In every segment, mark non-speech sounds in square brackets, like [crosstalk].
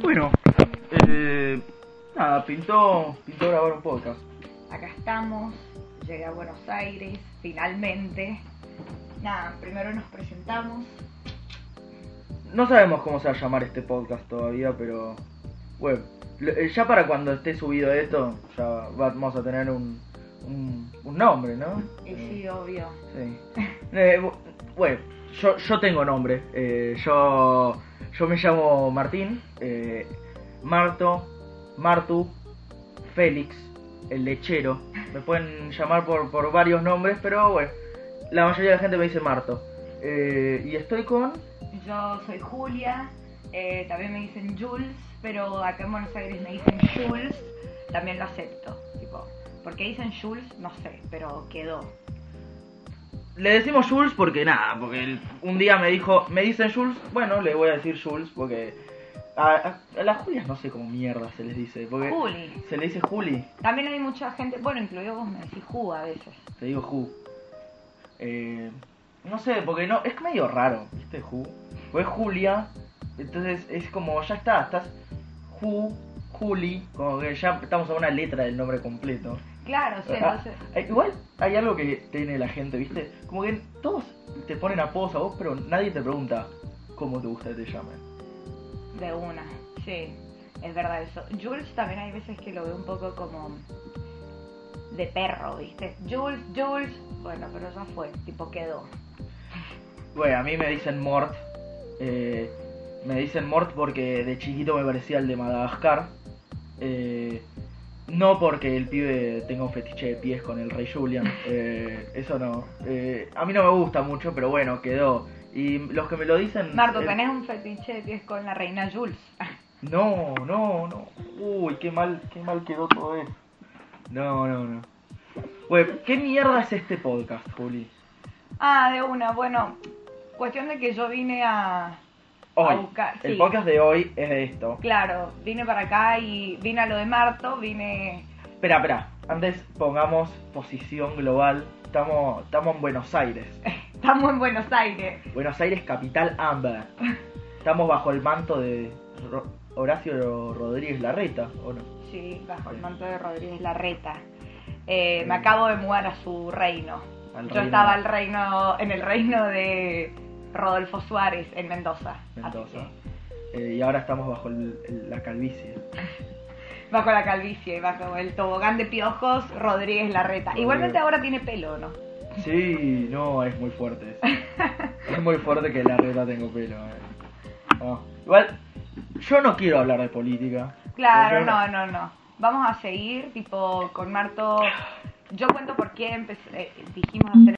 Bueno, eh, nada, pintó, pintó grabar un podcast. Acá estamos, llegué a Buenos Aires, finalmente. Nada, primero nos presentamos. No sabemos cómo se va a llamar este podcast todavía, pero. Bueno, lo- eh, ya para cuando esté subido esto, ya vamos a tener un, un, un nombre, ¿no? Y sí, obvio. Sí. [laughs] Eh, bu- bueno, yo, yo tengo nombre. Eh, yo, yo me llamo Martín, eh, Marto, Martu, Félix, el lechero. Me pueden llamar por, por varios nombres, pero bueno, la mayoría de la gente me dice Marto. Eh, y estoy con... Yo soy Julia, eh, también me dicen Jules, pero acá en Buenos Aires me dicen Jules, también lo acepto. Tipo, ¿por qué dicen Jules? No sé, pero quedó. Le decimos Jules porque nada, porque el- un día me dijo, me dicen Jules, bueno, le voy a decir Jules porque... A, a- a las Julias no sé cómo mierda se les dice, porque... Juli. Se le dice Juli. También hay mucha gente, bueno, incluido vos me decís Ju a veces. Te digo Who. Eh, no sé, porque no, es medio raro, ¿viste? Who. O es Julia, entonces es como, ya está, estás Who, Juli, como que ya estamos a una letra del nombre completo. Claro, sí, Ah, entonces. eh, igual hay algo que tiene la gente, ¿viste? Como que todos te ponen apodos a vos, pero nadie te pregunta cómo te gusta que te llamen. De una, sí, es verdad eso. Jules también hay veces que lo veo un poco como de perro, ¿viste? Jules, Jules, bueno, pero ya fue, tipo quedó. Bueno, a mí me dicen Mort. eh, me dicen Mort porque de chiquito me parecía el de Madagascar. eh, no porque el pibe tenga un fetiche de pies con el rey [laughs] Julian. eh, eso no. eh, a mí no me gusta mucho, pero bueno, quedó. Y los que me lo dicen... Marto, eh, tenés un fetiche que es con la reina Jules. [laughs] No, no, no. Uy, qué mal, qué mal quedó todo eso. No, no, no. Bueno, ¿qué mierda es este podcast, Juli? Ah, de una, bueno, cuestión de que yo vine a... Hoy. A buscar, El sí. podcast de hoy es de esto. Claro, vine para acá y vine a lo de Marto, vine... Espera, espera. Antes pongamos posición global. Estamos, estamos en Buenos Aires. Estamos en Buenos Aires. Buenos Aires, capital Amber. Estamos bajo el manto de Ro- Horacio Rodríguez Larreta, ¿o no? Sí, bajo el manto de Rodríguez Larreta. Eh, me acabo de mudar a su reino. Al Yo reino estaba al reino, en el reino de Rodolfo Suárez, en Mendoza. Mendoza. Así Eh, y ahora estamos bajo el- el- la calvicie. que, Bajo la calvicie, bajo el tobogán de piojos, Rodríguez Larreta. Rodríguez. Igualmente ahora tiene pelo, ¿no? Sí, no, es muy fuerte. eso. Es muy fuerte que Larreta tengo pelo. eh. No. Igual, yo no quiero hablar de política. Claro, Yo- no, no, no. Vamos a seguir, tipo, con Marto. Yo cuento por qué empecé, eh, dijimos hacer.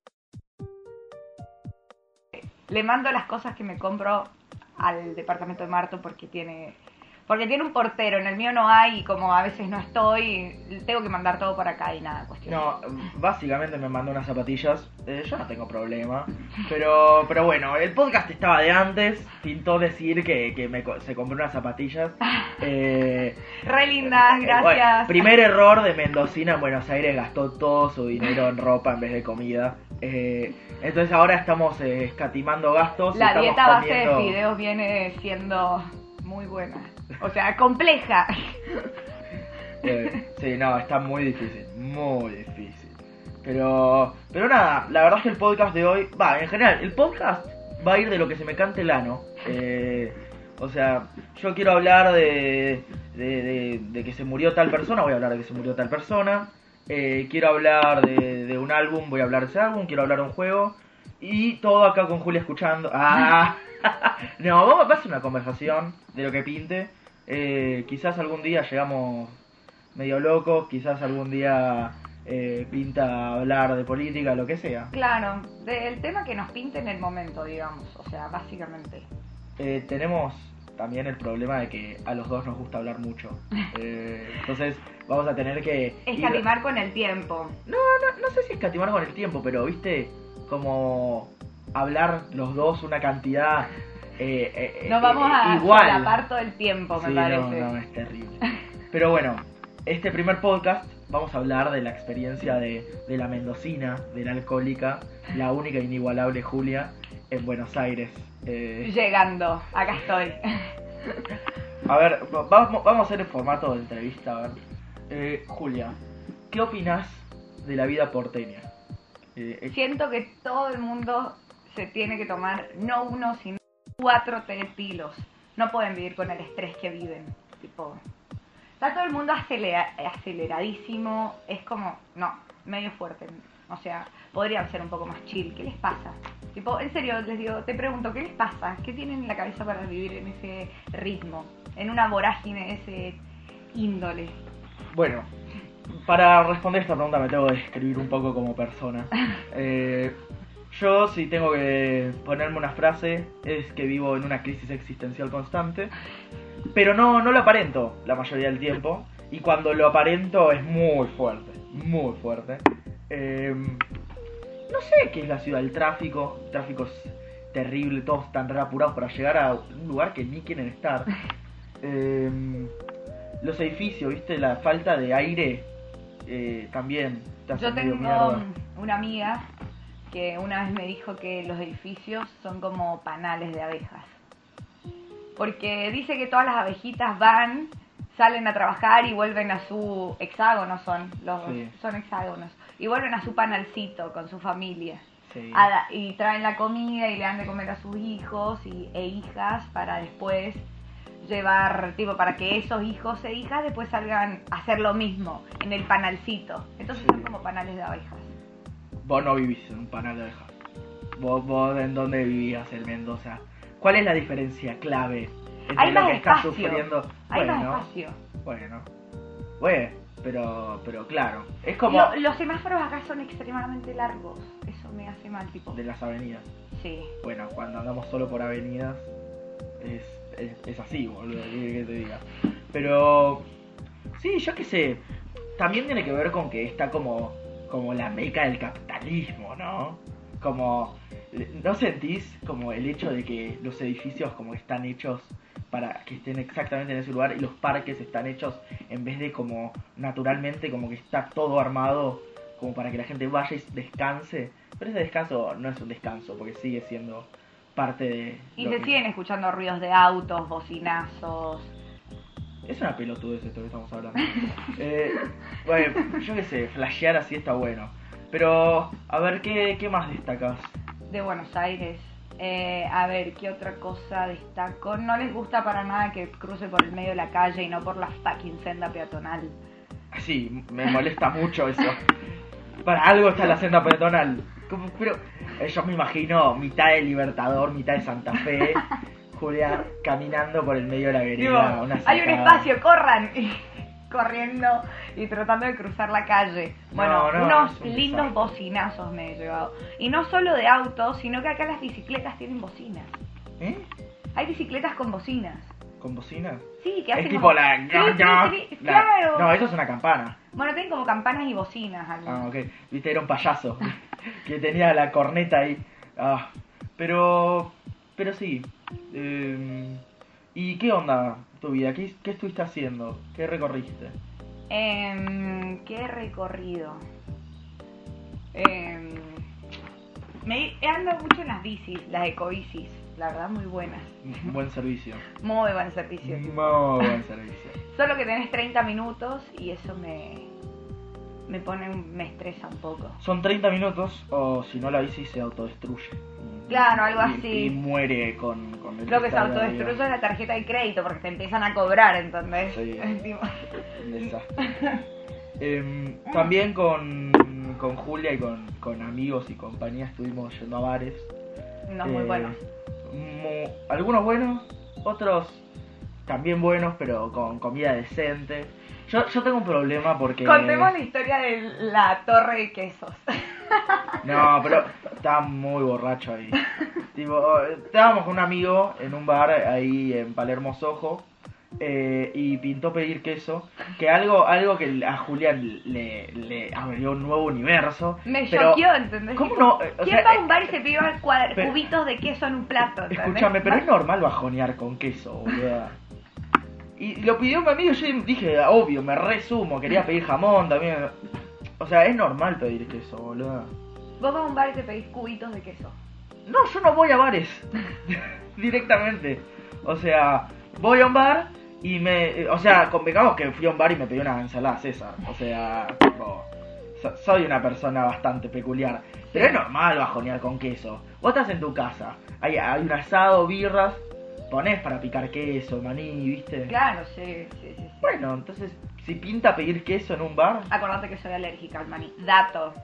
Le mando las cosas que me compro al departamento de Marto porque tiene. Porque tiene un portero, en el mío no hay, y como a veces no estoy, tengo que mandar todo para acá y nada, cuestión. No, básicamente me mandó unas zapatillas. Eh, yo no tengo problema. Pero, pero bueno, el podcast estaba de antes. Pintó decir que, que me co- se compró unas [laughs] zapatillas. Eh, Re lindas, eh, gracias. bueno, primer error de Mendocina en Buenos Aires. Gastó todo su dinero en ropa en vez de comida. Eh, entonces ahora estamos eh, escatimando gastos. La estamos dieta base de comiendo- fideos viene siendo muy buena. O sea, compleja. [laughs] Eh, sí, no, está muy difícil, muy difícil. Pero, pero nada, la verdad es que el podcast de hoy, va, en general, el podcast va a ir de lo que se me cante el ano. Eh, o sea, yo quiero hablar de, de, de- de que se murió tal persona, voy a hablar de que se murió tal persona. Eh, quiero hablar de, de un álbum, voy a hablar de ese álbum. Quiero hablar de un juego. Y todo acá con Julia escuchando. Ah, [laughs] no, vamos a hacer una conversación de lo que pinte. Eh, quizás algún día llegamos medio locos, quizás algún día eh, pinta hablar de política, lo que sea. Claro, del tema que nos pinte en el momento, digamos, o sea, básicamente. Eh, tenemos también el problema de que a los dos nos gusta hablar mucho. [laughs] Eh, entonces vamos a tener que... ir- Escatimar con el tiempo. no sé si escatimar con el tiempo, pero viste, como hablar los dos una cantidad eh, eh, No eh, vamos a eh, igual. solapar todo el tiempo, me Sí, parece. No, no, es terrible. Pero bueno, este primer podcast vamos a hablar de la experiencia de, de la mendocina, de la alcohólica, la única e inigualable Julia en Buenos Aires. Eh, Llegando, acá estoy. A ver, va- vamos, vamos a hacer el formato de entrevista, a ver. Eh, Julia, ¿qué opinas de la vida porteña? Eh, eh, Siento que todo el mundo se tiene que tomar no uno, sino cuatro pilos. No pueden vivir con el estrés que viven. Tipo, está todo el mundo acelera- aceleradísimo. Es como, no, medio fuerte. O sea, podrían ser un poco más chill. ¿Qué les pasa? Tipo, en serio, les digo, te pregunto, ¿qué les pasa? ¿Qué tienen en la cabeza para vivir en ese ritmo? En una vorágine de ese índole. Bueno, para responder esta pregunta me tengo que describir un poco como persona. Eh, yo, si tengo que ponerme una frase, es que vivo en una crisis existencial constante, pero no, no lo aparento la mayoría del tiempo, y cuando lo aparento es muy fuerte, muy fuerte. Eh, no sé qué es la ciudad, el tráfico, el tráfico es terrible, todos están re apurados para llegar a un lugar que ni quieren [laughs] estar. Eh, los edificios, ¿viste? La falta de aire eh, también. te hace Yo medio tengo mierda. una amiga que una vez me dijo que los edificios son como panales de abejas. Porque dice que todas las abejitas van, salen a trabajar y vuelven a su hexágono, son los Sí. son hexágonos, y vuelven a su panalcito con su familia. Sí. A la- y traen la comida y le dan de comer a sus hijos y, e hijas para después llevar, tipo, para que esos hijos e hijas después salgan a hacer lo mismo en el panalcito. Entonces son Sí. como panales de abejas. Vos no vivís en un panal de abejas. Vos, vos en dónde vivías en Mendoza. ¿Cuál es la diferencia clave entre Hay lo más que estás espacio. sufriendo? Hay más bueno, espacio. bueno. Bueno, pero, pero claro. Es como Lo- los semáforos acá son extremadamente largos. Eso me hace mal, tipo. de las avenidas. Sí. Bueno, cuando andamos solo por avenidas es, es, es así, boludo, ¿qué querés que te diga. Pero sí, yo qué sé, también tiene que ver con que está como como la meca del capitalismo, ¿no? Como no sentís como el hecho de que los edificios como que están hechos para que estén exactamente en ese lugar y los parques están hechos en vez de como naturalmente como que está todo armado como para que la gente vaya y descanse. Pero ese descanso no es un descanso porque sigue siendo parte de... Y lo se que- siguen escuchando ruidos de autos, bocinazos. Es una pelotudez esto que estamos hablando. [laughs] Eh, bueno, yo qué sé, flashear así está bueno. Pero, a ver, ¿qué, qué más destacas? de Buenos Aires. Eh, a ver, ¿qué otra cosa destaco? No les gusta para nada que cruce por el medio de la calle y no por la fucking senda peatonal. Sí, me molesta mucho eso. Para algo está la senda peatonal. Como- Pero eh, yo me imagino mitad de Libertador, mitad de Santa Fe, Julia caminando por el medio de la Digo, vereda. una hay un sacada. espacio, corran. Y [laughs] corriendo y tratando de cruzar la calle. Bueno, No, no, unos es un lindos desastre. bocinazos me he llevado. Y no solo de autos, sino que acá las bicicletas tienen bocinas. ¿Eh? Hay bicicletas con bocinas. ¿Con bocina? Sí, que hacen Es tipo como- la... [laughs] Sí, sí, sí, claro. No, eso es una campana. Bueno, tienen como campanas y bocinas. algunas. Ah, ok. Viste, era un payaso [laughs] que tenía la corneta ahí. Ah, pero. Pero sí. Eh, ¿Y qué onda tu vida? ¿Qué, qué estuviste haciendo? ¿Qué recorriste? Em, ¿Qué recorrido? Em, me he andado mucho en las bicis, las ecobicis, la verdad muy buenas. Un buen servicio. Muy buen servicio. Muy buen servicio. Solo que tenés 30 minutos y eso me me pone un- me estresa un poco. Son 30 minutos o si no la bici se autodestruye. Claro, algo Y- así. Y muere con, con el Lo que se cristal de autodestruye es arriba. la tarjeta de crédito porque te empiezan a cobrar, entonces. Sí. [laughs] Tipo, Un desastre. [laughs] Em, también con, con Julia y con, con amigos y compañía estuvimos yendo a bares. no es muy Eh, bueno. mu- algunos buenos, otros también buenos, pero con comida decente. Yo, yo tengo un problema porque... Contemos la historia de la torre de quesos. [laughs] No, pero estaba muy borracho [laughs] ahí. tipo, estábamos con un amigo en un bar ahí en Palermo Sojo eh, y pintó pedir queso, que algo algo que a Julián le, le abrió un nuevo universo. Me pero- choqueó, ¿entendés? ¿Cómo Tipo, no? Eh, o ¿Quién sea, va a un eh, bar y se pide cuadra- pero- cubitos de queso en un plato? ¿entendés? Escúchame, pero es normal bajonear con queso, boluda. Y lo pidió mi amigo, yo dije, obvio, me resumo, quería pedir jamón también. O sea, es normal pedir queso, boluda. Vos vas a un bar y te pedís cubitos de queso. [laughs] No, yo no voy a bares. Directamente. O sea, voy a un bar y me. eh, O sea, convengamos que fui a un bar y me pedí una ensalada César. O sea, tipo, so- soy una persona bastante peculiar. Pero es normal bajonear con queso. Vos estás en tu casa, hay, hay un asado, birras, ponés para picar queso, maní, ¿viste? Claro, sí, sí, sí. sí. Bueno, entonces, si pinta pedir queso en un bar, Acordate que soy alérgica al maní. Dato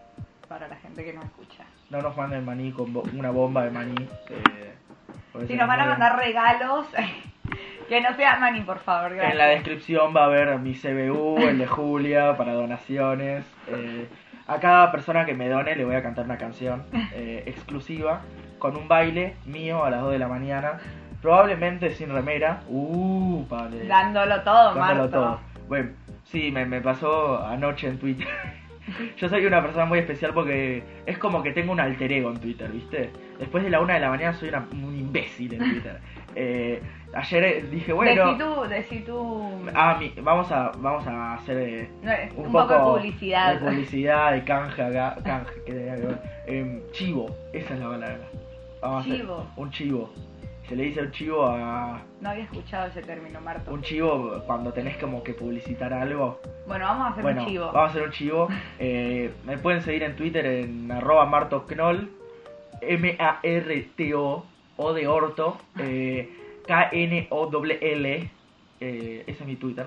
para la gente que no escucha. no nos manden maní con bo- una bomba de maní. eh, porque se Si nos van a mueren. mandar regalos, [laughs] que no sea maní, por favor. Gracias. En la descripción va a haber mi CBU, el de Julia, para donaciones. Eh, a cada persona que me done le voy a cantar una canción eh, exclusiva con un baile mío a las 2 de la mañana. Probablemente sin remera. Uh, padre. Dándolo todo, Dándolo Marto. todo. Bueno, sí, me, me pasó anoche en Twitter. [laughs] Yo soy una persona muy especial porque es como que tengo un alter ego en Twitter, ¿viste? Después de la una de la mañana soy una- un imbécil en Twitter. Eh, ayer eh, dije, bueno... Decí tú, decí tú. Ah, mi- vamos a vamos a hacer eh, no, es un, un, poco, de de publicidad. publicidad, de canje, acá, canje que tenía que ver. Em, chivo, esa es la palabra. Vamos a hacer Chivo. un chivo. Se le dice un chivo a No había escuchado ese término, Marto. un chivo cuando tenés como que publicitar algo. Bueno, vamos a hacer bueno, un chivo. vamos a hacer un chivo. Eh, me pueden seguir en Twitter en arroba martoknoll, M A R T O O de orto, eh, K N O L L. Eh, ese es mi Twitter.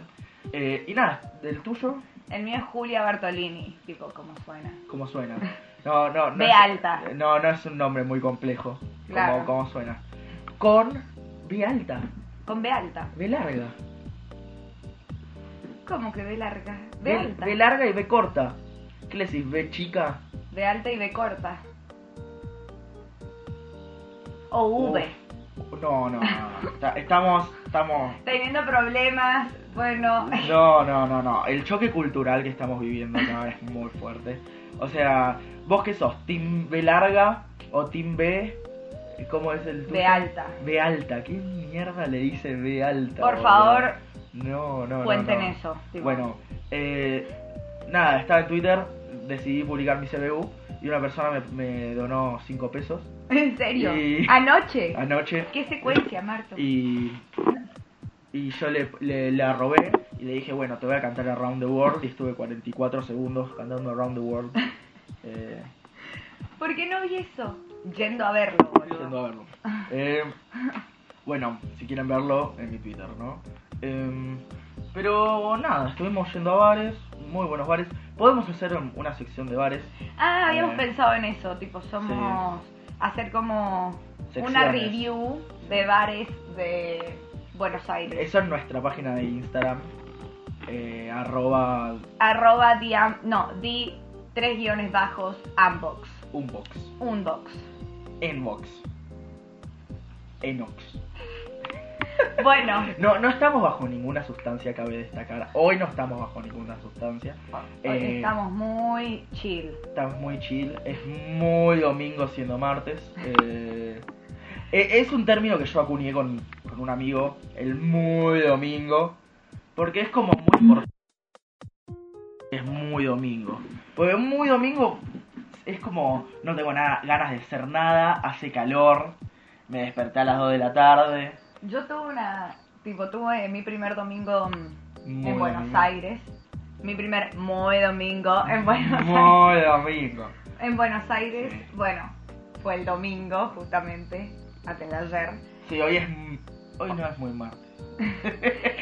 Eh, y nada, del tuyo El mío es Julia Bartolini, tipo, como suena. ¿Cómo suena? No, no, no. B es- alta. No, no es un nombre muy complejo. como- Claro. Como, suena. Con B alta, Con B alta. B larga. ¿Cómo que B larga? B alta. B larga y B corta. ¿Qué le decís? B chica. B alta y B corta. O V. No, no, no. no. Está- Estamos, estamos. Teniendo problemas, bueno. No, no, no, no. El choque cultural que estamos viviendo acá es muy fuerte. O sea, vos qué sos, Team B larga o Team B, ¿cómo es el tuyo? B alta. B alta, ¿qué mierda le dice B alta? Por boludo? favor, No, no, no, cuenten no. eso. tipo. Bueno, eh, nada, estaba en Twitter, decidí publicar mi CBU y una persona me, me donó 5 pesos [laughs] En serio. Y- Anoche. anoche ¿Qué secuencia, Marto? y, y yo le, le, le arrobé y le dije, bueno, te voy a cantar Around the World y estuve 44 segundos cantando Around the World. [laughs] Eh, ¿Por qué no vi eso? Yendo a verlo, boludo. Yendo a verlo. Eh, bueno, si quieren verlo, en mi Twitter, ¿no? Em, pero nada, estuvimos yendo a bares, muy buenos bares. Podemos hacer un- una sección de bares. Ah, habíamos Eh. pensado en eso, tipo, somos hacer como una Secciones. review de bares de Buenos Aires. Eso en nuestra página de Instagram. eh, arroba Arroba di am- no, di tres guiones bajos, unbox. unbox. Unbox. Enbox. Enox. [laughs] Bueno, No, no estamos bajo ninguna sustancia, cabe destacar. Hoy no estamos bajo ninguna sustancia. hoy Eh. estamos muy chill. Estamos muy chill, es muy domingo siendo martes. eh, e- es un término que yo acuñé con, con un amigo, el muy domingo, porque es como muy importante. Es muy domingo. Porque muy domingo es como no tengo nada, ganas de hacer nada, hace calor, me desperté a las 2 de la tarde. Yo tuve una, tipo, tuve mi primer domingo mm, Muy en Buenos domingo. Aires. Mi primer muy domingo en Buenos Aires. Muy domingo. En Buenos Aires, Sí. bueno, fue el domingo justamente, antes de ayer. [laughs] Sí, hoy es. m- Hoy no es muy martes.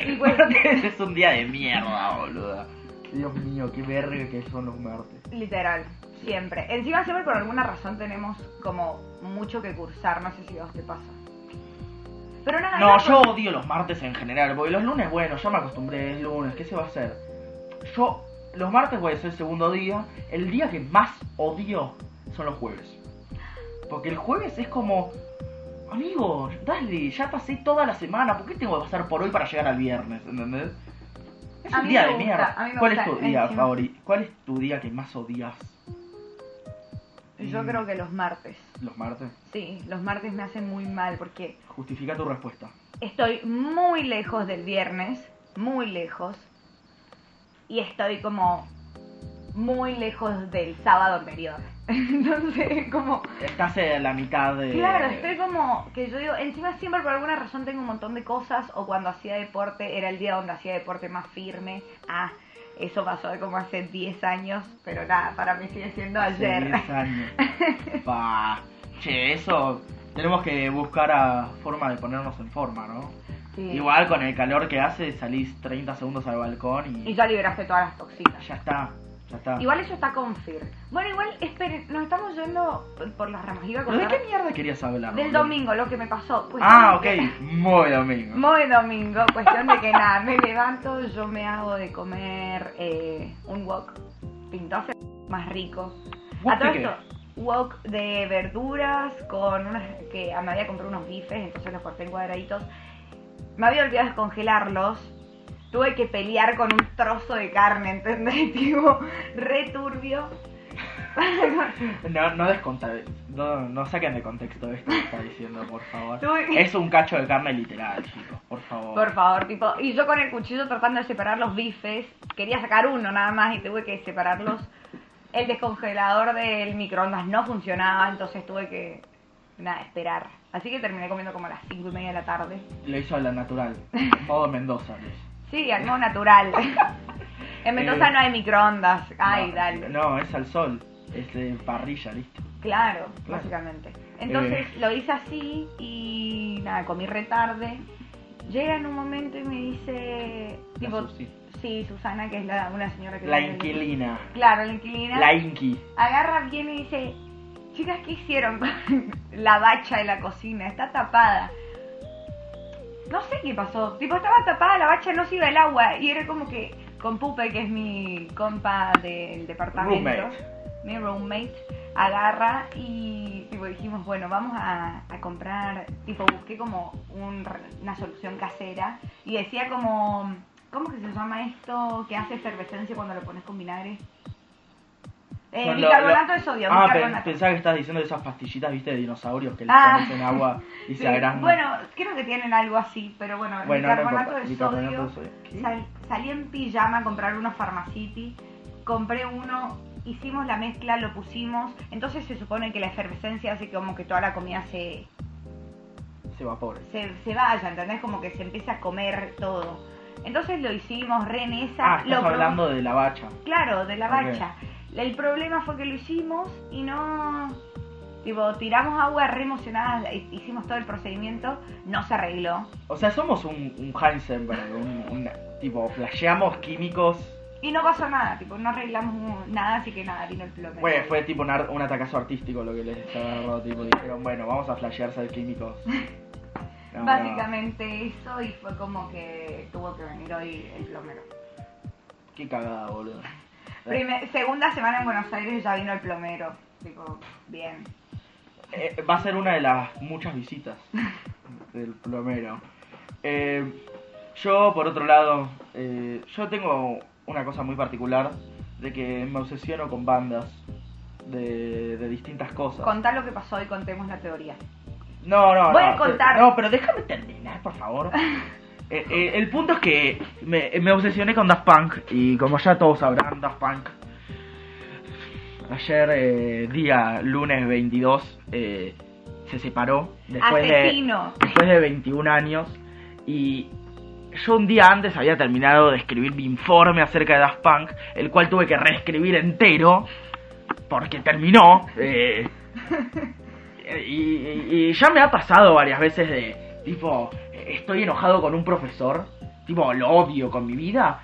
Y bueno, Martes [laughs] es un día de mierda, boluda. Dios mío, qué verga que son los martes. literal, siempre. Encima siempre por alguna razón tenemos como mucho que cursar, no sé si a vos te pasa. Pero nada, No, era yo por- odio los martes en general, porque los lunes, bueno, ya me acostumbré, es lunes, ¿qué se va a hacer? Yo, los martes, bueno, es el segundo día. El día que más odio son los jueves. Porque el jueves es como, amigo, dale, ya pasé toda la semana, ¿por qué tengo que pasar por hoy para llegar al viernes? ¿Entendés? Es A un mí día me de gusta, mierda. a mí me ¿Cuál gusta, es tu día encima. favorito? ¿Cuál es tu día que más odias? yo creo que los martes. Los martes. Sí, los martes me hacen muy mal porque Justifica tu respuesta. estoy muy lejos del viernes, muy lejos. Y estoy como muy lejos del sábado anterior. [laughs] Entonces, como. Estás en la mitad de. Claro, estoy como que yo digo, encima siempre por alguna razón tengo un montón de cosas o cuando hacía deporte, era el día donde hacía deporte más firme. Ah, eso pasó de como hace 10 años, pero nada, para mí sigue siendo Hace ayer. 10 años. Pa. Che, eso. Tenemos que buscar a forma de ponernos en forma, ¿no? [laughs] Sí. Igual con el calor que hace, salís 30 segundos al balcón y. Y ya liberaste todas las toxinas. Ya está, ya está. Igual eso está con Fir. Bueno, igual, esperen, nos estamos yendo por- por las ramas. Iba a ¿Pero ¿De contar qué mierda querías hablar? del boludo? domingo, lo que me pasó. Pues, Ah, ¿sabes qué? ok. Muy domingo. Muy domingo, cuestión de que nada, me levanto, yo me hago de comer eh, un wok pintoso más rico. ¿Wok A todo de qué? esto, wok de verduras con unas que ah, me había comprado unos bifes, entonces los corté en cuadraditos. Me había olvidado descongelarlos. Tuve que pelear con un trozo de carne, ¿entendés? [laughs] Tipo, re turbio. No, no desconta- No, no saquen de contexto esto que está diciendo, por favor. Uy. Es un cacho de carne literal, chicos, por favor. Por favor, tipo, y yo con el cuchillo tratando de separar los bifes, quería sacar uno nada más y tuve que separarlos. El descongelador del microondas no funcionaba, entonces tuve que, nada, esperar. Así que terminé comiendo como a las cinco y media de la tarde. Lo hizo a la [laughs] natural. Modo Mendoza. lo hizo. Sí, [laughs] algo natural. en Mendoza Eh, no hay microondas. Ay, no, dale. No, es al sol. Es de parrilla, listo. Claro, Claro. básicamente. Entonces Eh. lo hice así y nada, comí retarde. Llega en un momento y me dice, tipo, La Susi. Sí, Susana, que es la, una señora que... La vive en el- inquilina. Claro, la inquilina. La inqui. Agarra, viene y dice, chicas, ¿qué hicieron con [laughs] la bacha de la cocina? Está tapada. No sé qué pasó. Tipo, estaba tapada la bacha, no se iba el agua. Y era como que con Pupe, que es mi compa del departamento, Roommate. mi roommate, agarra y tipo, dijimos, bueno, vamos a, a comprar, tipo, busqué como un- una solución casera y decía como, ¿cómo que se llama esto que hace efervescencia cuando lo pones con vinagre? Eh, Son lo- bicarbonato lo- de sodio, Ah, pe- bicarbonato. pensaba que estabas diciendo de esas pastillitas, viste, de dinosaurios que le Ah. pones en agua y Sí, se agrandan. Bueno, creo que tienen algo así, pero bueno, el Bueno, no bicarbonato, importa, de bicarbonato sodio. de sodio. ¿Qué? Sal- salí en pijama a comprar unos Pharmacity, compré uno, hicimos la mezcla, lo pusimos, entonces se supone que la efervescencia hace que como que toda la comida se, se evapora. se, se vaya, ¿entendés? Como que se empieza a comer todo. Entonces lo hicimos, re en esa, Ah, lo estás produ- hablando de la bacha. Claro, de la Ok. bacha. El problema fue que lo hicimos y no. Tipo, tiramos agua re emocionadas, hi- hicimos todo el procedimiento, no se arregló. O sea, somos un, un Heisenberg, un, un- tipo, flasheamos químicos. Y no pasó nada, tipo, no arreglamos mu- nada, así que nada, vino el plomero. Fue, fue tipo un, ar- un atacazo artístico lo que les estaba agarrado, tipo, dijeron, bueno, vamos a flashear ser [laughs] químicos. No, no. Básicamente eso y fue como que tuvo que venir hoy el plomero. Qué cagada, boludo. Prime- segunda semana en Buenos Aires ya vino el plomero. Tipo, bien. Eh, va a ser una de las muchas visitas del plomero. Eh, yo, por otro lado, eh, yo tengo una cosa muy particular de que me obsesiono con bandas de, de distintas cosas. Contá lo que pasó y contemos la teoría. No, no, Voy no, a contar. No, pero déjame terminar, por [laughs] favor. Eh, eh, el punto es que me, me obsesioné con Daft Punk y como ya todos sabrán, Daft Punk. Ayer, eh, día lunes 22, eh, se separó después de, Asesino. después de 21 años y yo un día antes había terminado de escribir mi informe acerca de Daft Punk, el cual tuve que reescribir entero porque terminó. eh, [laughs] y, y- y ya me ha pasado varias veces de, tipo, estoy enojado con un profesor, tipo, lo odio con mi vida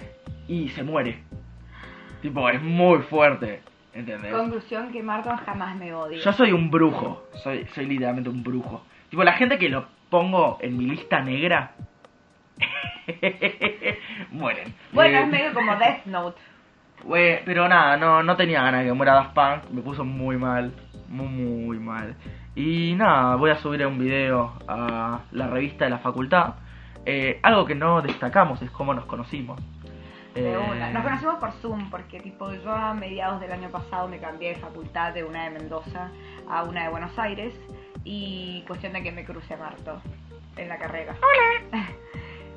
y se muere. Tipo, es muy fuerte, ¿entendés? Conclusión que Marta jamás me odia. Eh. Yo soy un brujo, soy, soy literalmente un brujo. Tipo, la gente que lo pongo en mi lista negra. [laughs] mueren. Bueno, Eh, es [laughs] medio como Death Note. eh, pero nada, no, no tenía ganas de que muera Daft Punk, me puso muy mal, muy, muy mal. Y nada, voy a subir un video a la revista de la facultad. Eh, algo que no destacamos es cómo nos conocimos. De Eh, una. Nos conocimos por Zoom porque tipo yo a mediados del año pasado me cambié de facultad de una de Mendoza a una de Buenos Aires y cuestión de que me crucé a Marto en la carrera. Hola. [laughs]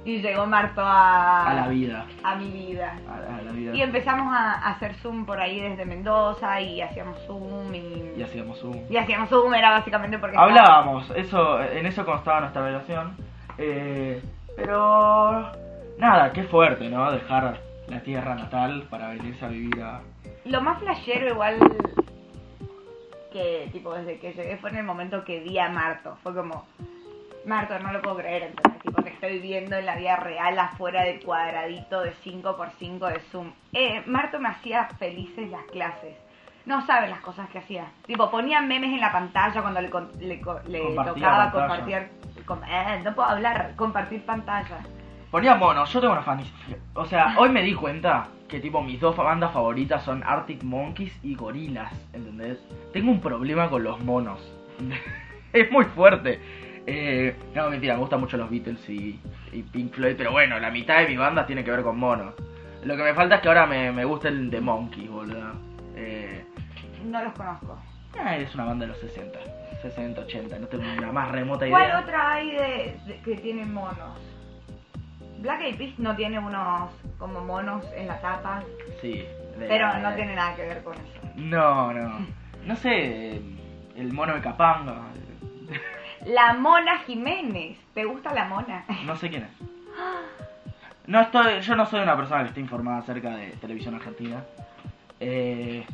Y llegó Marto a, a la vida. a mi vida. A, a la vida. Y empezamos a, a hacer Zoom por ahí desde Mendoza y hacíamos Zoom y, Y hacíamos un... y hacíamos Zoom, era básicamente porque... Hablábamos, eso, en eso constaba nuestra relación. eh, pero nada, qué fuerte, ¿no? Dejar la tierra natal para venirse a vivir a. Lo más flashero igual que tipo desde que llegué fue en el momento que vi a Marto. Fue como, Marto, no lo puedo creer, ¿entendés? Tipo, te estoy viendo en la vida real afuera del cuadradito de 5x5 de Zoom. Eh, Marto me hacía felices las clases. No saben las cosas que hacía. Tipo, ponía memes en la pantalla cuando le, con- le co- le Compartía tocaba pantalla. compartir... com- eh, no puedo hablar, compartir pantalla. Ponía monos, yo tengo una fan. O sea, hoy me di cuenta que tipo mis dos bandas favoritas son Arctic Monkeys y Gorilas, ¿entendés? Tengo un problema con los monos. [laughs] es muy fuerte. Eh, no, mentira, me gustan mucho los Beatles y, y Pink Floyd, pero bueno, la mitad de mi banda tiene que ver con monos. Lo que me falta es que ahora me, me guste el The Monkeys, boludo. Eh, No los conozco. ah, es una banda de los 60, 60, 80, no tengo ni la más remota idea. ¿Cuál otra hay de, de- que tiene monos? Black Eyed Peas no tiene unos como monos en la tapa, Sí. de- pero no tiene nada que ver con eso. No, no. No sé, el mono de Capanga. La Mona Jiménez, ¿te gusta la [laughs] Mona? No sé quién es. No estoy, yo no soy una persona que esté informada acerca de televisión argentina. Eh,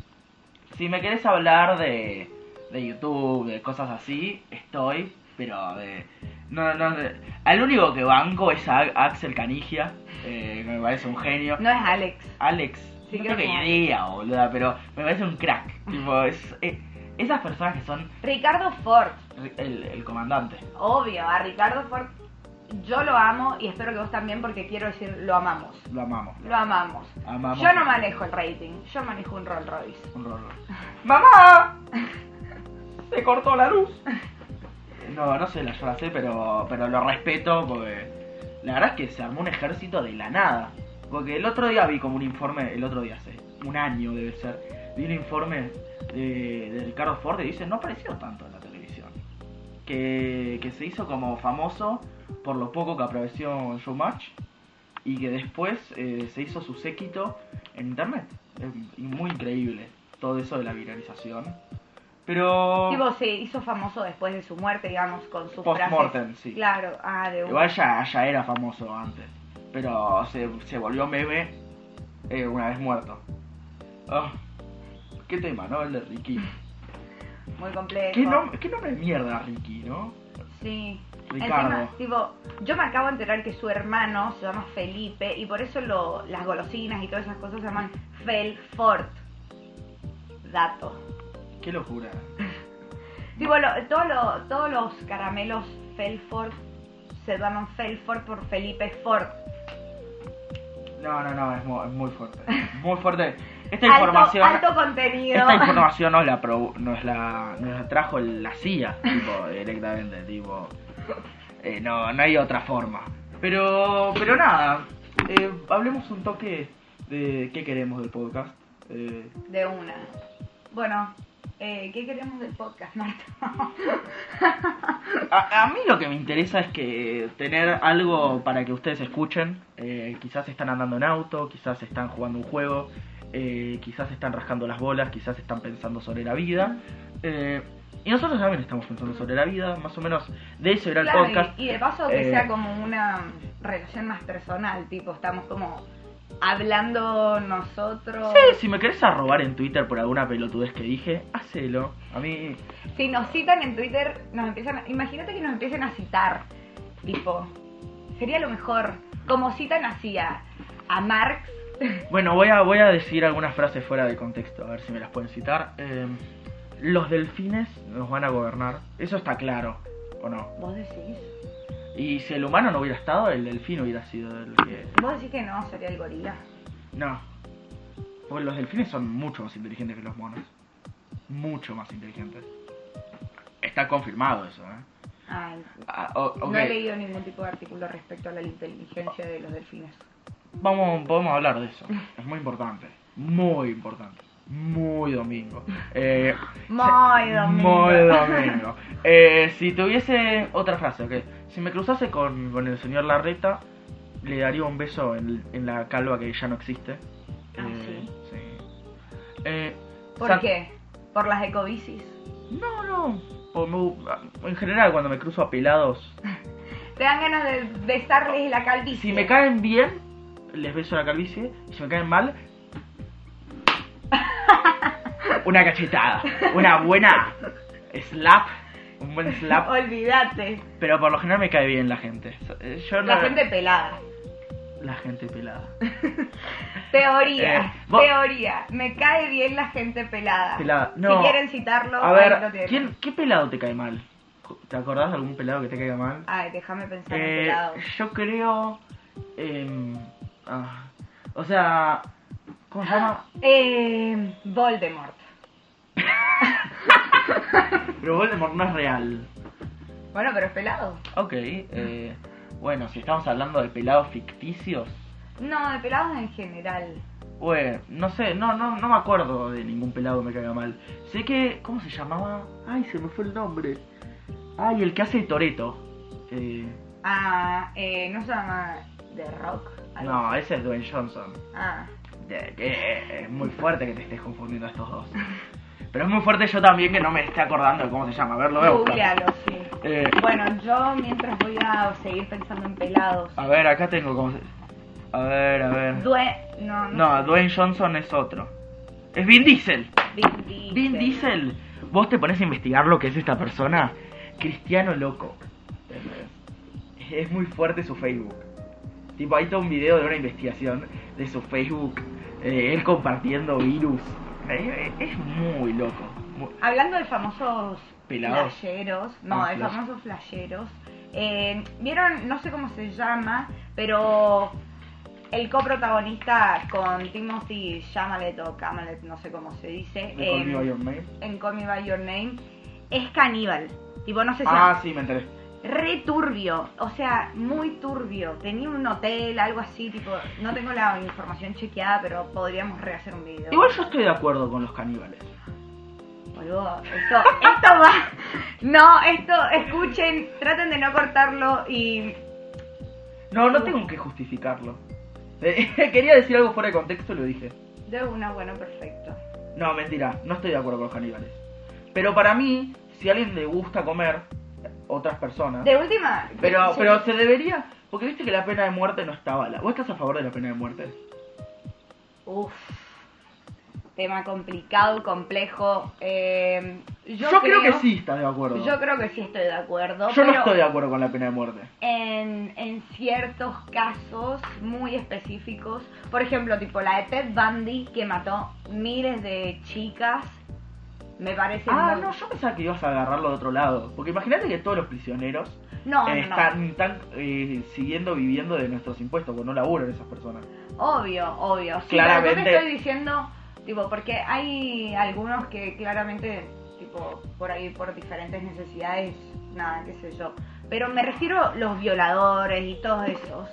si me querés hablar de, de YouTube, de cosas así, estoy, pero de... No, no, de- al único que banco es a Axel Canigia, eh, que me parece un genio. No es Alex. Alex, Sí, no creo creo que que Alex. idea, boluda, pero me parece un crack. Tipo, es- eh, esas personas que son Ricardo Ford, el, el comandante. obvio, a Ricardo Ford yo lo amo y espero que vos también porque quiero decir lo amamos. Lo amamos. Lo amamos. Amamos. Yo no manejo el rating, yo manejo un Rolls Royce. Un rol. [laughs] ¡Mamá! Se cortó la luz. No, no sé, la yo la sé, pero, pero lo respeto porque la verdad es que se armó un ejército de la nada. Porque el otro día vi como un informe, el otro día hace un año debe ser, vi un informe de, de Ricardo Ford y dice, no apareció tanto en la televisión. Que, que se hizo como famoso por lo poco que apareció en Showmatch y que después eh, se hizo su séquito en internet. Es y muy increíble todo eso de la viralización. Pero... Tipo, se hizo famoso después de su muerte, digamos, con sus frases. Post-mortem, sí. Claro, ah, de una. Igual ya, ya era famoso antes, pero se, se volvió meme eh, una vez muerto. Ah, qué tema, ¿no? El de Ricky. Muy complejo. ¿Qué, nom- qué nombre de mierda, Ricky, no? Sí. Ricardo. Encima, tipo, yo me acabo de enterar que su hermano se llama Felipe y por eso lo, las golosinas y todas esas cosas se llaman Felfort. Dato. Qué locura. Tipo, lo- todo lo- todos los caramelos Felfort se llaman Felfort por Felipe Ford. No, no, no, es, mu- es muy fuerte. Muy fuerte. Esta Alto, información. alto contenido. Esta información nos la, pro- nos la, nos la trajo la CIA, tipo, directamente, tipo. eh, no, no hay otra forma. Pero, pero nada, eh, hablemos un toque de qué queremos del podcast. Eh, De una. Bueno, eh, ¿qué queremos del podcast, Marta? a, a mí lo que me interesa es que tener algo para que ustedes escuchen. Eh, quizás están andando en auto, quizás están jugando un juego, eh, quizás están rascando las bolas, quizás están pensando sobre la vida. Eh, y nosotros también estamos pensando sobre la vida, más o menos de eso era el Claro, y- podcast. Y, de paso que Eh, sea como una relación más personal, tipo, estamos como hablando nosotros. Sí, Eh, si me querés arrobar en Twitter por alguna pelotudez que dije, hacelo. A mí, Si nos citan en Twitter, nos empiezan a- imagínate que nos empiecen a citar, tipo, sería lo mejor. Como citan así a, a Marx, Bueno, voy a, voy a decir algunas frases fuera de contexto, a ver si me las pueden citar. Eh, los delfines nos van a gobernar, eso está claro, ¿o no? vos decís, Y si el humano no hubiera estado, el delfín hubiera sido el que... vos decís que no, sería el gorila. No. Porque los delfines son mucho más inteligentes que los monos. Mucho más inteligentes. Está confirmado eso, ¿eh? Ay, Ah, o- ok. No he leído ningún tipo de artículo respecto a la inteligencia de los delfines. Vamos, podemos hablar de eso. Es muy importante. Muy importante. Muy domingo. Eh, Muy domingo. Muy domingo. Eh, si tuviese otra frase, ok. Si me cruzase con, con el señor Larreta, le daría un beso en, en la calva que ya no existe. Ah, Eh, sí. Eh, ¿Por San- qué? ¿Por las ecobicis? No, no. Por mu- en general, cuando me cruzo a pelados, Te dan ganas de besarles la calvicie. si me caen bien, les beso la calvicie. Y si me caen [laughs] mal, una cachetada. Una buena slap. Un buen slap. Olvídate. Pero por lo general me cae bien la gente. Eh, Yo no- La gente pelada. La gente pelada. Teoría, Eh, vos- teoría. Me cae bien la gente pelada. Pelada. Si No. quieren citarlo, A ahí lo ver, tienen. ¿quién, ¿qué pelado te cae mal? ¿Te acordás de algún pelado que te caiga mal? Ay, déjame pensar en Eh, Ah, pelado. yo creo. em, ah, o sea. ¿Cómo se llama? Eh, Voldemort. Pero Voldemort no es real. Bueno, pero es pelado. Ok, eh, bueno, si estamos hablando de pelados ficticios. No, de pelados en general. Bueno, Pues, no sé, no, no, no me acuerdo de ningún pelado que me caiga mal. Sé que. ¿Cómo se llamaba? Ay, se me fue el nombre. Ay, el que hace Toreto. Eh, Ah, eh, no se llama The Rock. algo no, así. ese es Dwayne Johnson. Ah, Eh, eh, Es muy fuerte que te estés confundiendo a estos dos. Pero es muy fuerte yo también que no me esté acordando de cómo se llama. A ver, lo veo. googlealo, sí. Eh, Bueno, yo mientras voy a seguir pensando en pelados. a ver, acá tengo cómo se... A ver, a ver. Due... No, no. No, Dwayne Johnson es otro. Es Vin Diesel. Vin Diesel. Vin Diesel. Vos te pones a investigar lo que es esta persona. Cristiano loco. Es muy fuerte su Facebook. Tipo, hay todo un video de una investigación de su Facebook. eh, él compartiendo virus. Eh, eh, es muy loco. Mu- Hablando de famosos Pelados. flasheros, no, Ah, de flash. famosos flasheros, eh, vieron, no sé cómo se llama, pero el coprotagonista con Timothy Chalamet o Camalet, no sé cómo se dice, Me colgué en- hoy on mail. en Call Me By Your Name, es caníbal. Tipo, no sé si... Ah, sí, me enteré. Re turbio, o sea, muy turbio. Tenía un hotel, algo así, tipo, no tengo la información chequeada, pero podríamos rehacer un video. Igual yo estoy de acuerdo con los caníbales. Boludo, esto, esto va. No, esto, escuchen, traten de no cortarlo y. No, no tengo que justificarlo. Eh, [laughs] Quería decir algo fuera de contexto y lo dije. De una, bueno, perfecto. No, mentira, no estoy de acuerdo con los caníbales. Pero para mí, si a alguien le gusta comer, otras personas. De última. Pero, sí. pero se debería. Porque viste que la pena de muerte no está bala. ¿Vos estás a favor de la pena de muerte? Uf. Tema complicado, complejo. eh, yo, creo, que sí estás de acuerdo. Yo creo que sí estoy de acuerdo. Yo no pero- estoy de acuerdo con la pena de muerte. en, en ciertos casos muy específicos. Por ejemplo, tipo la de Ted Bundy, que mató miles de chicas. Me parece Ah, muy- no, yo pensaba que ibas a agarrarlo de otro lado. Porque imagínate que todos los prisioneros No, eh, Ah, no, están, no. están, eh, siguiendo viviendo de nuestros impuestos, porque no laburan esas personas. Obvio, obvio. Sí, Claramente. Pero yo te estoy diciendo, tipo, porque hay algunos que claramente, tipo, por ahí, por diferentes necesidades, nada, qué sé yo. Pero me refiero a los violadores y todos esos.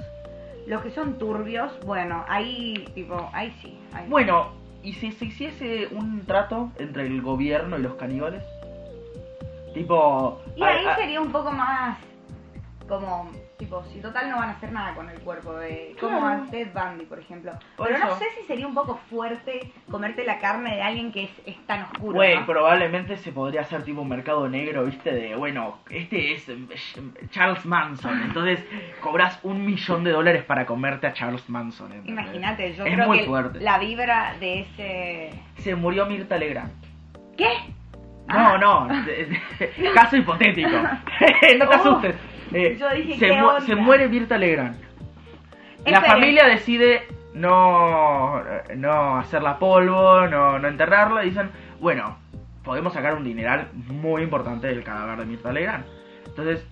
Los que son turbios, bueno, ahí, tipo, ahí sí. ahí- Bueno, ¿y si se hiciese un trato entre el gobierno y los caníbales? Tipo... ah, Y a- ahí a- sería un poco más como, tipo, si total no van a hacer nada con el cuerpo de... Como Claro. a Ted Bundy, por ejemplo. Por pero eso. no sé si sería un poco fuerte comerte la carne de alguien que es, es tan oscuro, Güey, ¿no? probablemente se podría hacer tipo un mercado negro, viste, de, bueno, este es eh, Charles Manson, entonces cobras un millón de dólares para comerte a Charles Manson. ¿entendés? Imagínate, yo es creo muy que fuerte. la vibra de ese... Se murió Mirta Legrand. ¿Qué? No, Ah. no, [laughs] caso hipotético. [laughs] no te Oh, asustes. Eh, yo dije, se, ¿qué onda? se muere Mirta Legrand. La Esperen. familia decide no, no hacerla polvo, no, no enterrarla. y Dicen, bueno, podemos sacar un dineral muy importante del cadáver de Mirta Legrand. Entonces,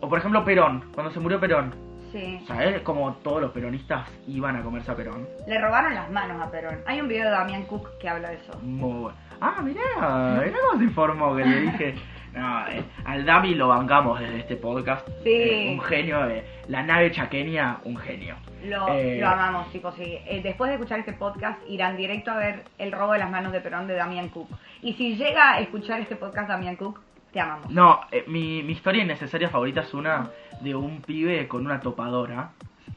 o por ejemplo Perón, cuando se murió Perón. Sí. ¿Sabes cómo todos los peronistas iban a comerse a Perón? Le robaron las manos a Perón. Hay un video de Damián Cook que habla de eso. Muy bueno. Ah, mirá, mirá cómo se informó que le dije. No, eh, al Dami lo bancamos desde este podcast. Sí. Eh, un genio, eh, la nave chaqueña, un genio. Lo, Eh. lo amamos, chicos. sí. Eh, después de escuchar este podcast, irán directo a ver El robo de las manos de Perón de Damián Cook. Y si llega a escuchar este podcast Damián Cook, te amamos. No, eh, mi, mi historia innecesaria favorita es una de un pibe con una topadora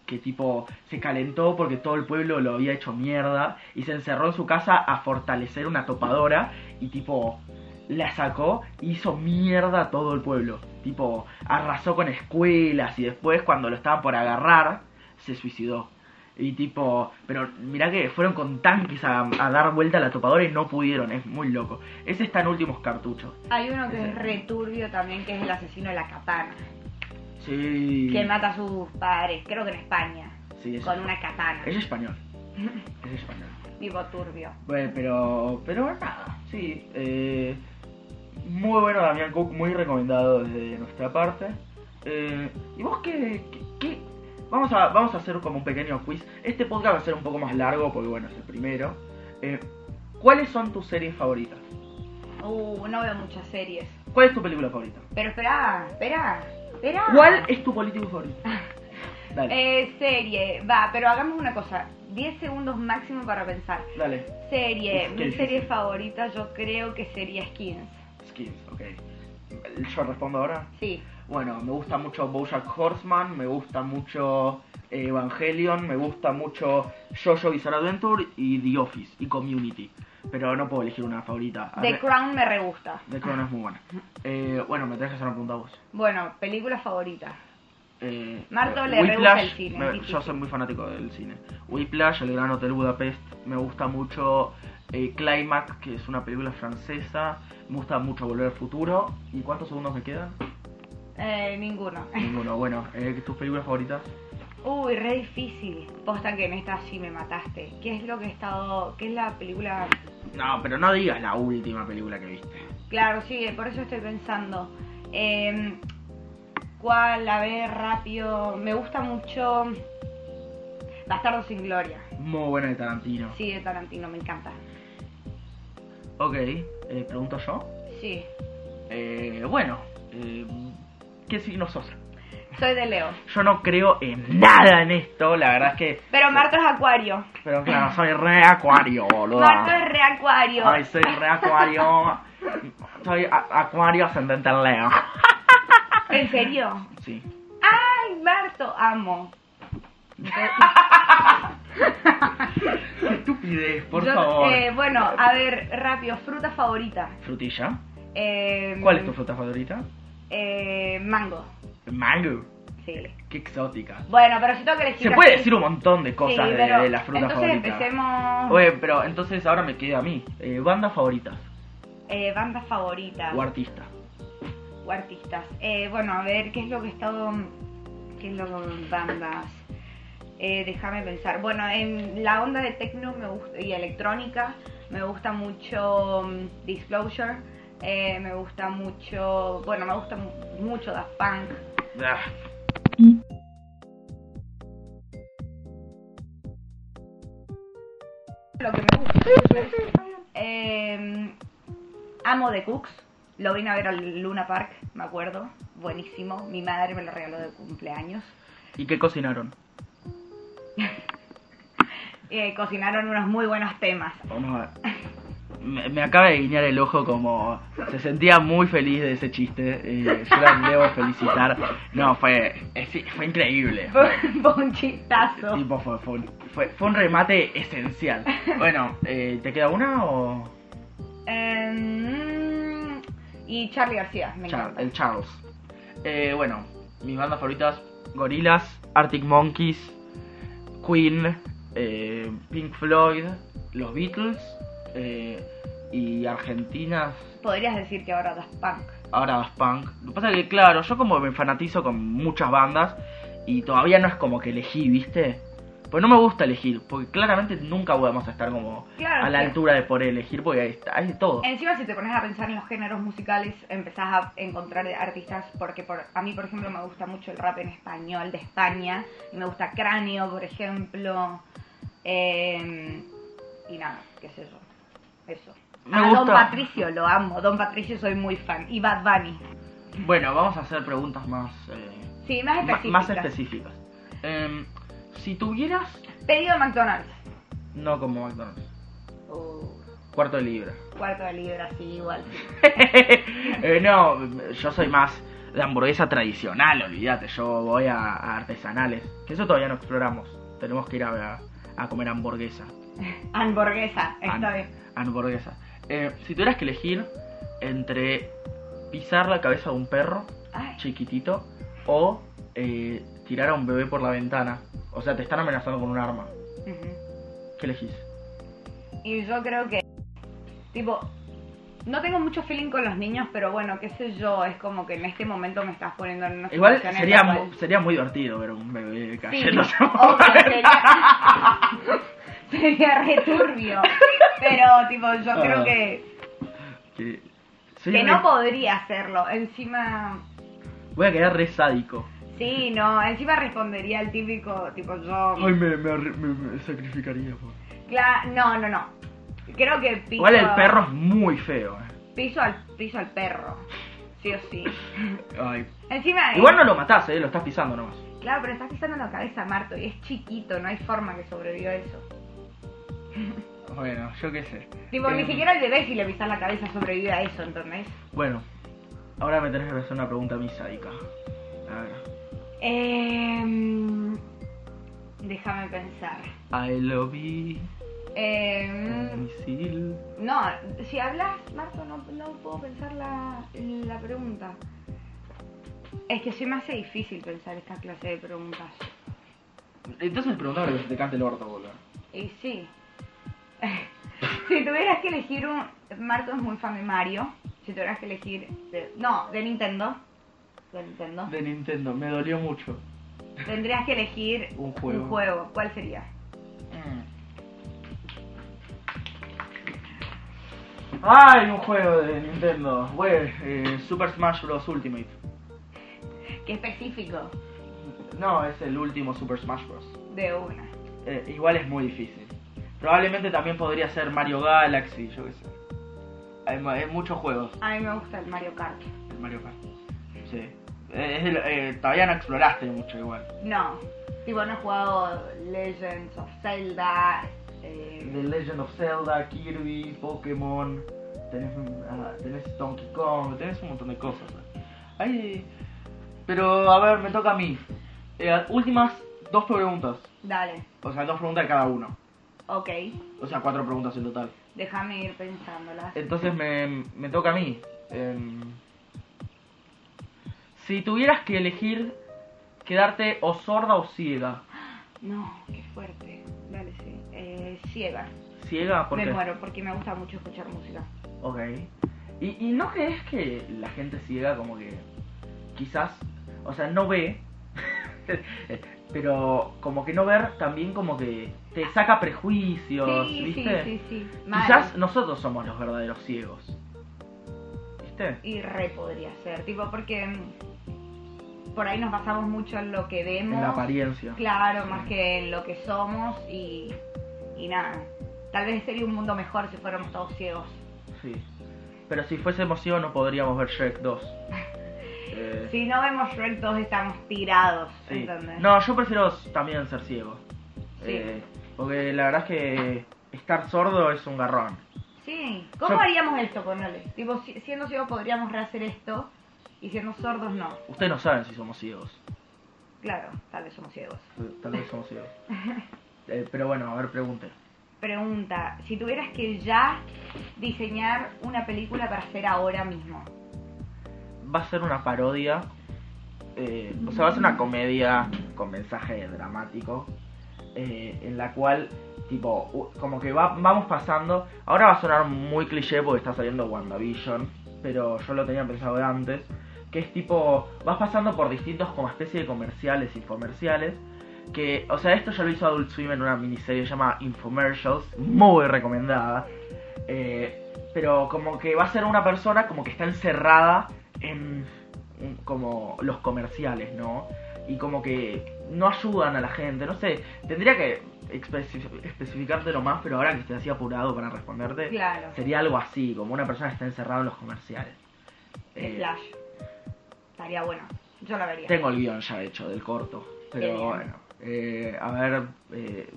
que tipo se calentó porque todo el pueblo lo había hecho mierda y se encerró en su casa a fortalecer una topadora y tipo la sacó e hizo mierda a todo el pueblo. Tipo, arrasó con escuelas y después cuando lo estaban por agarrar, se suicidó. Y tipo, pero mirá que fueron con tanques a, a dar vuelta a la topadora y no pudieron, es muy loco. Ese está en últimos cartuchos. Hay uno que Ese. es returbio también, que es el asesino de la katana, Sí. que mata a sus padres, creo que en España, Sí, es, con una katana, es español. Es español. vivo turbio. Bueno, pero, pero nada, sí. eh, muy bueno Damián Cook, muy recomendado desde nuestra parte. Eh, ¿Y vos qué, qué- qué- Vamos, a, vamos a hacer como un pequeño quiz. Este podcast va a ser un poco más largo porque, bueno, es el primero. Eh, ¿Cuáles son tus series favoritas? Uh, no veo muchas series. ¿Cuál es tu película favorita? Pero espera, espera, espera. ¿Cuál es tu político favorito? Dale, Eh, serie, va, pero hagamos una cosa, 10 segundos máximo para pensar. dale. Serie, Uf, qué mi serie difícil. favorita yo creo que sería Skins. Skins, ok. Yo respondo ahora. Sí, Bueno, me gusta mucho Bojack Horseman, me gusta mucho eh, Evangelion, me gusta mucho Jojo Bizarre Adventure y The Office y Community. Pero no puedo elegir una favorita. The Crown me re gusta. The Crown es muy buena. Eh, bueno, me tenés que hacer una pregunta a vos. Bueno, película favorita. Eh, Marto eh, le re gusta el Whiplash, cine, me- es difícil. yo soy muy fanático del cine. Whiplash, El Gran Hotel Budapest, me gusta mucho eh, Climax, que es una película francesa, me gusta mucho Volver al Futuro. ¿Y cuántos segundos me [laughs] quedan? Eh, ninguno. Ninguno. Bueno, eh, ¿tus películas favoritas? Uy, re difícil. Posta que en esta sí me mataste. ¿Qué es lo que he estado...? ¿Qué es la película...? No, pero no digas la última película que viste. Claro, sí, por eso estoy pensando. Eh, ¿Cuál? A ver, rápido. Me gusta mucho... Bastardo sin Gloria. Muy buena de Tarantino. Sí, de Tarantino, me encanta. Ok, eh, pregunto yo. Sí. Eh, bueno, eh, ¿qué signo sos? Soy de Leo. Yo no creo en nada en esto, la verdad es que... Pero Marto es acuario. Pero claro, soy re acuario, boludo. Marto es re acuario. Ay, soy re acuario. soy a- acuario ascendente en Leo. ¿En serio? Sí. ¡Ay, Marto! Amo. Qué estupidez, por Yo- favor. eh, bueno, a ver, rápido. Fruta favorita. Frutilla. Eh, ¿Cuál es tu fruta favorita? Eh, mango. Mango. Sí. Qué exótica. Bueno, pero si tengo que elegir. Se puede así- decir un montón de cosas Sí, de, pero de la fruta entonces favorita. empecemos. Oye, pero entonces ahora me queda a mí. Eh, bandas favoritas Eh, bandas favoritas. o artistas. o artistas. Eh, bueno, a ver, ¿qué es lo que he estado. ¿Qué es lo que. bandas? Eh, déjame pensar. Bueno, en la onda de techno me gusta, y electrónica, me gusta mucho mm, Disclosure, eh, me gusta mucho. Bueno, me gusta mu- mucho Daft Punk. Ah. Lo que me gusta. Eh, amo The Cooks. Lo vine a ver al Luna Park, me acuerdo. Buenísimo. Mi madre me lo regaló de cumpleaños. ¿Y qué cocinaron? Eh, cocinaron unos muy buenos temas. Vamos a ver. Me, me acaba de guiñar el ojo como... Se sentía muy feliz de ese chiste. eh, yo la debo felicitar. No, fue, eh, sí, fue increíble. Fue [laughs] fue un chistazo. Tipo, fue, fue, un- fue- fue un remate esencial. Bueno, eh, ¿te queda una o...? Eh, mm, y Charlie García, me Char- encanta. el Charles. Eh, bueno, mis bandas favoritas: Gorillaz, Arctic Monkeys, Queen, eh, Pink Floyd, los Beatles eh, y Argentinas. Podrías decir que ahora Daft Punk. Ahora Daft Punk. Lo que pasa es que, claro, yo como me fanatizo con muchas bandas y todavía no es como que elegí, ¿viste? Pues no me gusta elegir, porque claramente nunca vamos a estar como Claro, a la sí. altura de poder elegir, porque ahí está, hay de todo. Encima, si te pones a pensar en los géneros musicales, empezás a encontrar artistas, porque por, a mí, por ejemplo, me gusta mucho el rap en español de España, y me gusta Cráneo, por ejemplo, eh, y nada, qué sé yo, eso. Me a Don gusta- Patricio lo amo, Don Patricio soy muy fan, y Bad Bunny. Bueno, vamos a hacer preguntas más. eh, Sí, más Ma- específicas. más específicas. Em, si tuvieras, Pedido de McDonald's. no como McDonald's, Oh. Uh, cuarto de libra. cuarto de libra, sí, igual. Eh, no, yo soy más de hamburguesa tradicional, olvídate, yo voy a, a artesanales, que eso todavía no exploramos, tenemos que ir a, a comer hamburguesa. Hamburguesa, esta An- vez. Hamburguesa. Eh, si tuvieras que elegir entre pisar la cabeza de un perro Ay, chiquitito o eh, tirar a un bebé por la ventana, o sea, te están amenazando con un arma, ujú. ¿qué elegís? Y yo creo que, tipo, no tengo mucho feeling con los niños, pero bueno, qué sé yo, es como que en este momento me estás poniendo en una Igual situación en sería, la cual- mu- sería muy divertido ver un bebé [laughs] Sí, cayéndose. obvio, sería, [laughs] sería re turbio. Pero, tipo, yo Ah. creo que, Que- soy que re- no podría hacerlo. Encima, Voy a quedar re sádico. sí, no, encima respondería el típico, tipo, yo... Ay, me, me arre- me- me sacrificaría. por- Cla- no, no, no. Creo que piso... Igual el perro es muy feo. eh. Piso al, piso al perro. Sí o sí. Ay. Encima... eh, Igual no lo matás, eh, lo estás pisando nomás. Claro, pero estás pisando la cabeza, Marto, y es chiquito, no hay forma que sobreviva eso. Bueno, yo qué sé. Tipo, ni Eh, siquiera el bebé si le pisas la cabeza sobrevive a eso, ¿entendés? Bueno, ahora me tenés que hacer una pregunta a mí sádica. A ver. Em, déjame pensar. I love you, Em, misil. no, si hablas, Marto, no, no puedo pensar la, la pregunta. Es que se me hace difícil pensar esta clase de preguntas. Entonces preguntame lo que se te cante el orto, boludo. Y sí. [laughs] si tuvieras que elegir un. Marto es muy fan de Mario. Si tuvieras que elegir. de- no, de Nintendo. De Nintendo. De Nintendo, me dolió mucho. Tendrías que elegir Un juego. un juego. ¿Cuál sería? Mm. Ay, un juego de Nintendo. Bueno, eh, Super Smash Bros. Ultimate. Qué específico. No, es el último Super Smash Bros. De una. Eh, igual es muy difícil. Probablemente también podría ser Mario Galaxy, yo qué sé. Hay, mu- hay muchos juegos A mí me gusta el Mario Kart. de Mario Kart. Sí. Eh, es el- eh, todavía no exploraste mucho igual. No. Tipo, no he jugado Legends of Zelda. eh, The Legend of Zelda, Kirby, Pokémon, tenés, ah, tenés Donkey Kong, tenés un montón de cosas. Ay, pero a ver, me toca a mí. Eh, últimas dos preguntas. dale. O sea, dos preguntas de cada uno. Ok. O sea, cuatro preguntas en total. Déjame ir pensándolas. Entonces me, me toca a mí. Em, si tuvieras que elegir quedarte o sorda o ciega. No, qué fuerte. Dale, sí. Eh, ciega. Ciega, porque... Me muero porque me gusta mucho escuchar música. Ok. ¿Y, ¿Y no crees que la gente ciega como que quizás, o sea, no ve, [laughs] pero como que no ver también como que te saca prejuicios, sí, ¿viste? sí, sí, sí. Mal. Quizás nosotros somos los verdaderos ciegos. ¿Viste? Y re podría ser. Tipo, porque mm, por ahí nos basamos mucho en lo que vemos. En la apariencia. Claro, Sí. más que en lo que somos y, y nada. Tal vez sería un mundo mejor si fuéramos todos ciegos. Sí. Pero si fuésemos ciegos no podríamos ver Shrek [laughs] 2. Eh, Si no vemos Shrek, todos estamos tirados, Sí. ¿entendés? No, yo prefiero s- también ser ciego. Sí. Eh, porque la verdad es que estar sordo es un garrón. Sí. ¿Cómo Yo- haríamos esto, ponele? Tipo, si- siendo ciegos podríamos rehacer esto y siendo sordos no. Ustedes no saben si somos ciegos. Claro, tal vez somos ciegos. Tal vez somos ciegos. Eh, pero bueno, a ver, pregunte. Pregunta, si tuvieras que ya diseñar una película para hacer ahora mismo. Va a ser una parodia. eh, o sea, va a ser una comedia con mensaje dramático. eh, en la cual, tipo, u- como que va- vamos pasando. Ahora va a sonar muy cliché porque está saliendo WandaVision. Pero yo lo tenía pensado de antes. Que es tipo, vas pasando por distintos como especie de comerciales, infomerciales. Que, o sea, esto ya lo hizo Adult Swim en una miniserie llamada Infomercials, muy recomendada. Eh, pero como que va a ser una persona como que está encerrada en en como los comerciales, ¿no? Y como que no ayudan a la gente, no sé, tendría que especi- especificártelo más, pero ahora que estoy así apurado para responderte, Claro, sería algo así, como una persona que está encerrada en los comerciales. Eh, Flash. Estaría bueno. Yo la vería. tengo el guión ya hecho del corto. Pero Qué bien. bueno. Eh, a ver, eh,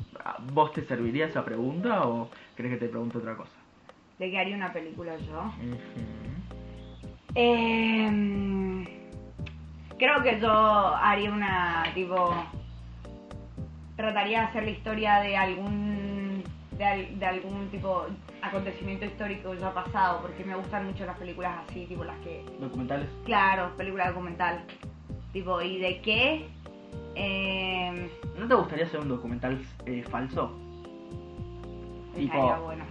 ¿vos te serviría esa pregunta o crees que te pregunto otra cosa? ¿De qué haría una película yo? Ujú. Em, Creo que yo haría una, tipo, trataría de hacer la historia de algún, de, al- de algún tipo acontecimiento histórico ya pasado, porque me gustan mucho las películas así, tipo las que, Documentales. claro, película documental, tipo, ¿y de qué? Eh, ¿No te gustaría hacer un documental eh, falso? Tipo- estaría bueno.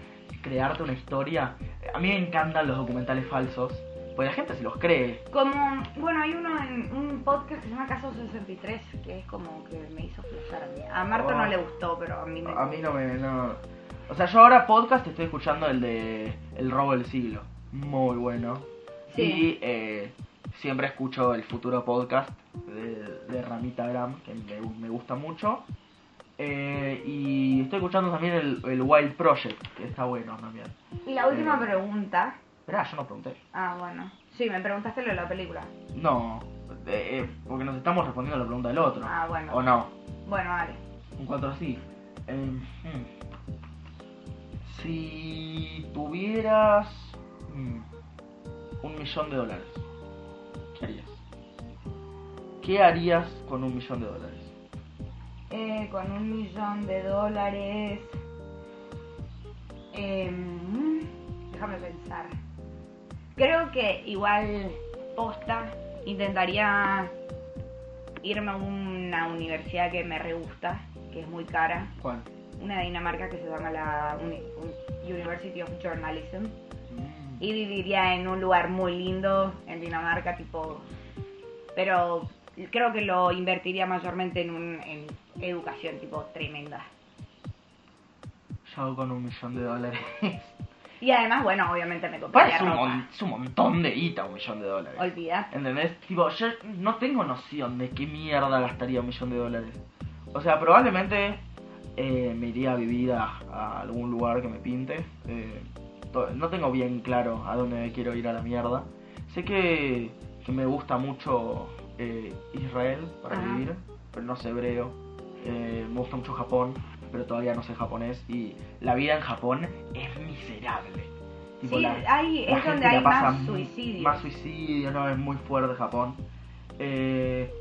Crearte una historia. A mí me encantan los documentales falsos. Porque la gente se los cree. Como, bueno, hay uno en un podcast que se llama Caso 63, que es como que me hizo flashar a mí. A Marta Oh. no le gustó, pero a mí me... A mí no me. No... O sea, yo ahora podcast estoy escuchando el de El robo del siglo. Muy bueno. Sí. Y eh, siempre escucho el futuro podcast de, de Ramita Gram, que me, me gusta mucho. Eh, y estoy escuchando también el, el Wild Project, que está bueno también. Y la última Eh. pregunta... Esperá, yo no pregunté. Ah, bueno. Sí, me preguntaste lo de la película. No, eh, eh, porque nos estamos respondiendo a la pregunta del otro. Ah, bueno. ¿O no? Bueno, vale. Un 4 así. Eh, hmm. Si tuvieras hmm, un millón de dólares, ¿qué harías? ¿Qué harías con un millón de dólares? Eh, con un millón de dólares... em, déjame pensar. Creo que igual posta intentaría irme a una universidad que me re gusta, que es muy cara. ¿Cuál? una de Dinamarca que se llama la Uni- Un- University of Journalism Mm, y viviría en un lugar muy lindo en Dinamarca tipo pero creo que lo invertiría mayormente en, un, en educación tipo tremenda Yo con un millón de dólares. y además bueno obviamente me Para, compraría es, un mon- ropa es un montón de guita un millón de dólares. olvidate ¿Entendés? Tipo, yo no tengo noción de qué mierda gastaría un millón de dólares. O sea, probablemente eh, me iría a vivir a, a algún lugar que me pinte. Eh, to- no tengo bien claro a dónde quiero ir a la mierda. Sé que, que me gusta mucho eh, Israel para Ajá. vivir, pero no sé hebreo. Eh, me gusta mucho Japón, pero todavía no sé japonés. Y la vida en Japón es miserable. Tipo, sí la- hay, la es gente donde la hay pasa más mu- suicidios Más suicidio, no, es muy fuerte Japón. Eh,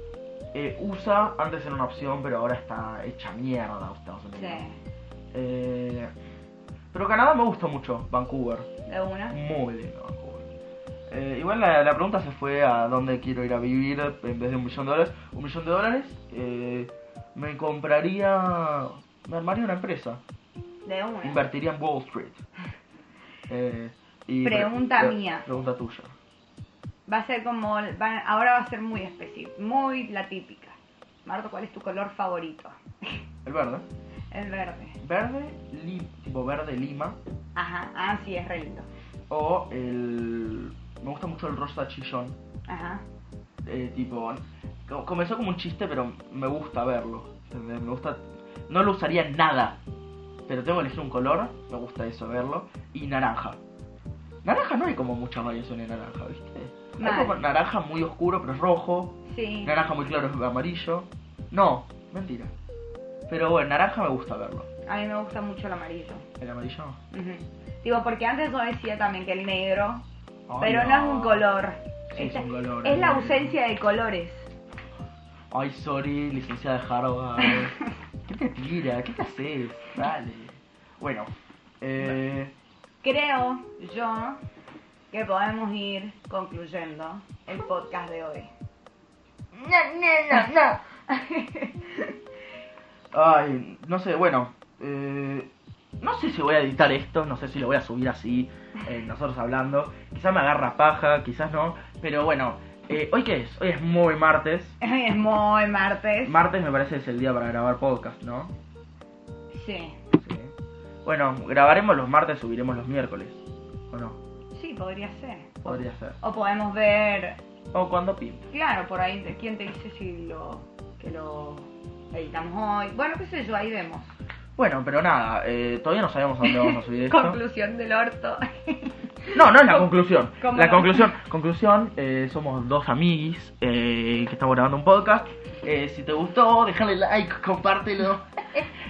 eh, USA antes era una opción, pero ahora está hecha mierda Estados Unidos. sí Eh, pero Canadá me gusta mucho, Vancouver. de una Muy lindo Vancouver. Eh, igual la, la pregunta se fue a dónde quiero ir a vivir en vez de un millón de dólares. Un millón de dólares eh, me compraría... Me armaría una empresa. de una Invertiría en Wall [laughs] Street. Eh, y pre- Pregunta pre- mía. Pregunta tuya. va a ser como va- ahora va a ser muy específico muy la típica Marto cuál es tu color favorito El verde. el verde Verde, li- tipo verde lima. Ajá, ah, sí, es re lindo. O el. Me gusta mucho el rosa chillón. Ajá. eh, tipo. co- Comenzó como un chiste, pero me gusta verlo. ¿entendés? Me gusta. No lo usaría en nada. Pero tengo que elegir un color. Me gusta eso, verlo. Y naranja. Naranja no hay como mucha variación en naranja, ¿viste? Hay Mal. como naranja muy oscuro, pero es rojo. Sí. Naranja muy claro, es amarillo. No, mentira. Pero bueno, naranja me gusta verlo. A mí me gusta mucho el amarillo. ¿El amarillo? Ujú. Digo, porque antes yo decía también que el negro, Ay, pero no. es un color. Este Sí, es un color, es la no. ausencia de colores. Ay, sorry, licenciada de Harvard. ¿Qué te tira? ¿Qué te haces? Dale. Bueno, eh, Creo yo que podemos ir concluyendo el podcast de hoy. [laughs] ay, no sé, bueno, eh, no sé si voy a editar esto, no sé si lo voy a subir así, eh, nosotros hablando. Quizás me agarra paja, quizás no, pero bueno, eh, ¿hoy qué es? Hoy es muy martes. Hoy es muy martes. Martes me parece es el día para grabar podcast, ¿no? sí. Sí. Bueno, grabaremos los martes, subiremos los miércoles, ¿o no? Sí, podría ser. Podría ser. O podemos ver, O cuando pinte. claro, por ahí, de- ¿quién te dice si lo que lo editamos hoy? Bueno, qué sé yo, ahí vemos. Bueno, pero nada, eh, todavía no sabemos a dónde vamos a [laughs] subir esto. Conclusión del orto. No, no es la conclusión. ¿Cómo La no? conclusión, conclusión, eh, somos dos amiguis eh, que estamos grabando un podcast. Eh, si te gustó, déjale like, [laughs] compártelo.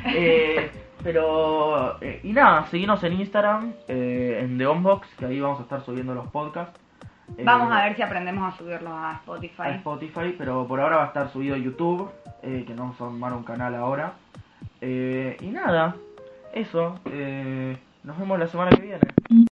Eh, pero, eh, y nada, seguimos en Instagram, eh, en The Unbox, que ahí vamos a estar subiendo los podcasts. eh, Vamos a ver si aprendemos a subirlos a Spotify. a Spotify, pero por ahora va a estar subido a YouTube, eh, que nos armaron un canal ahora. Eh, y nada, eso. eh, nos vemos la semana que viene.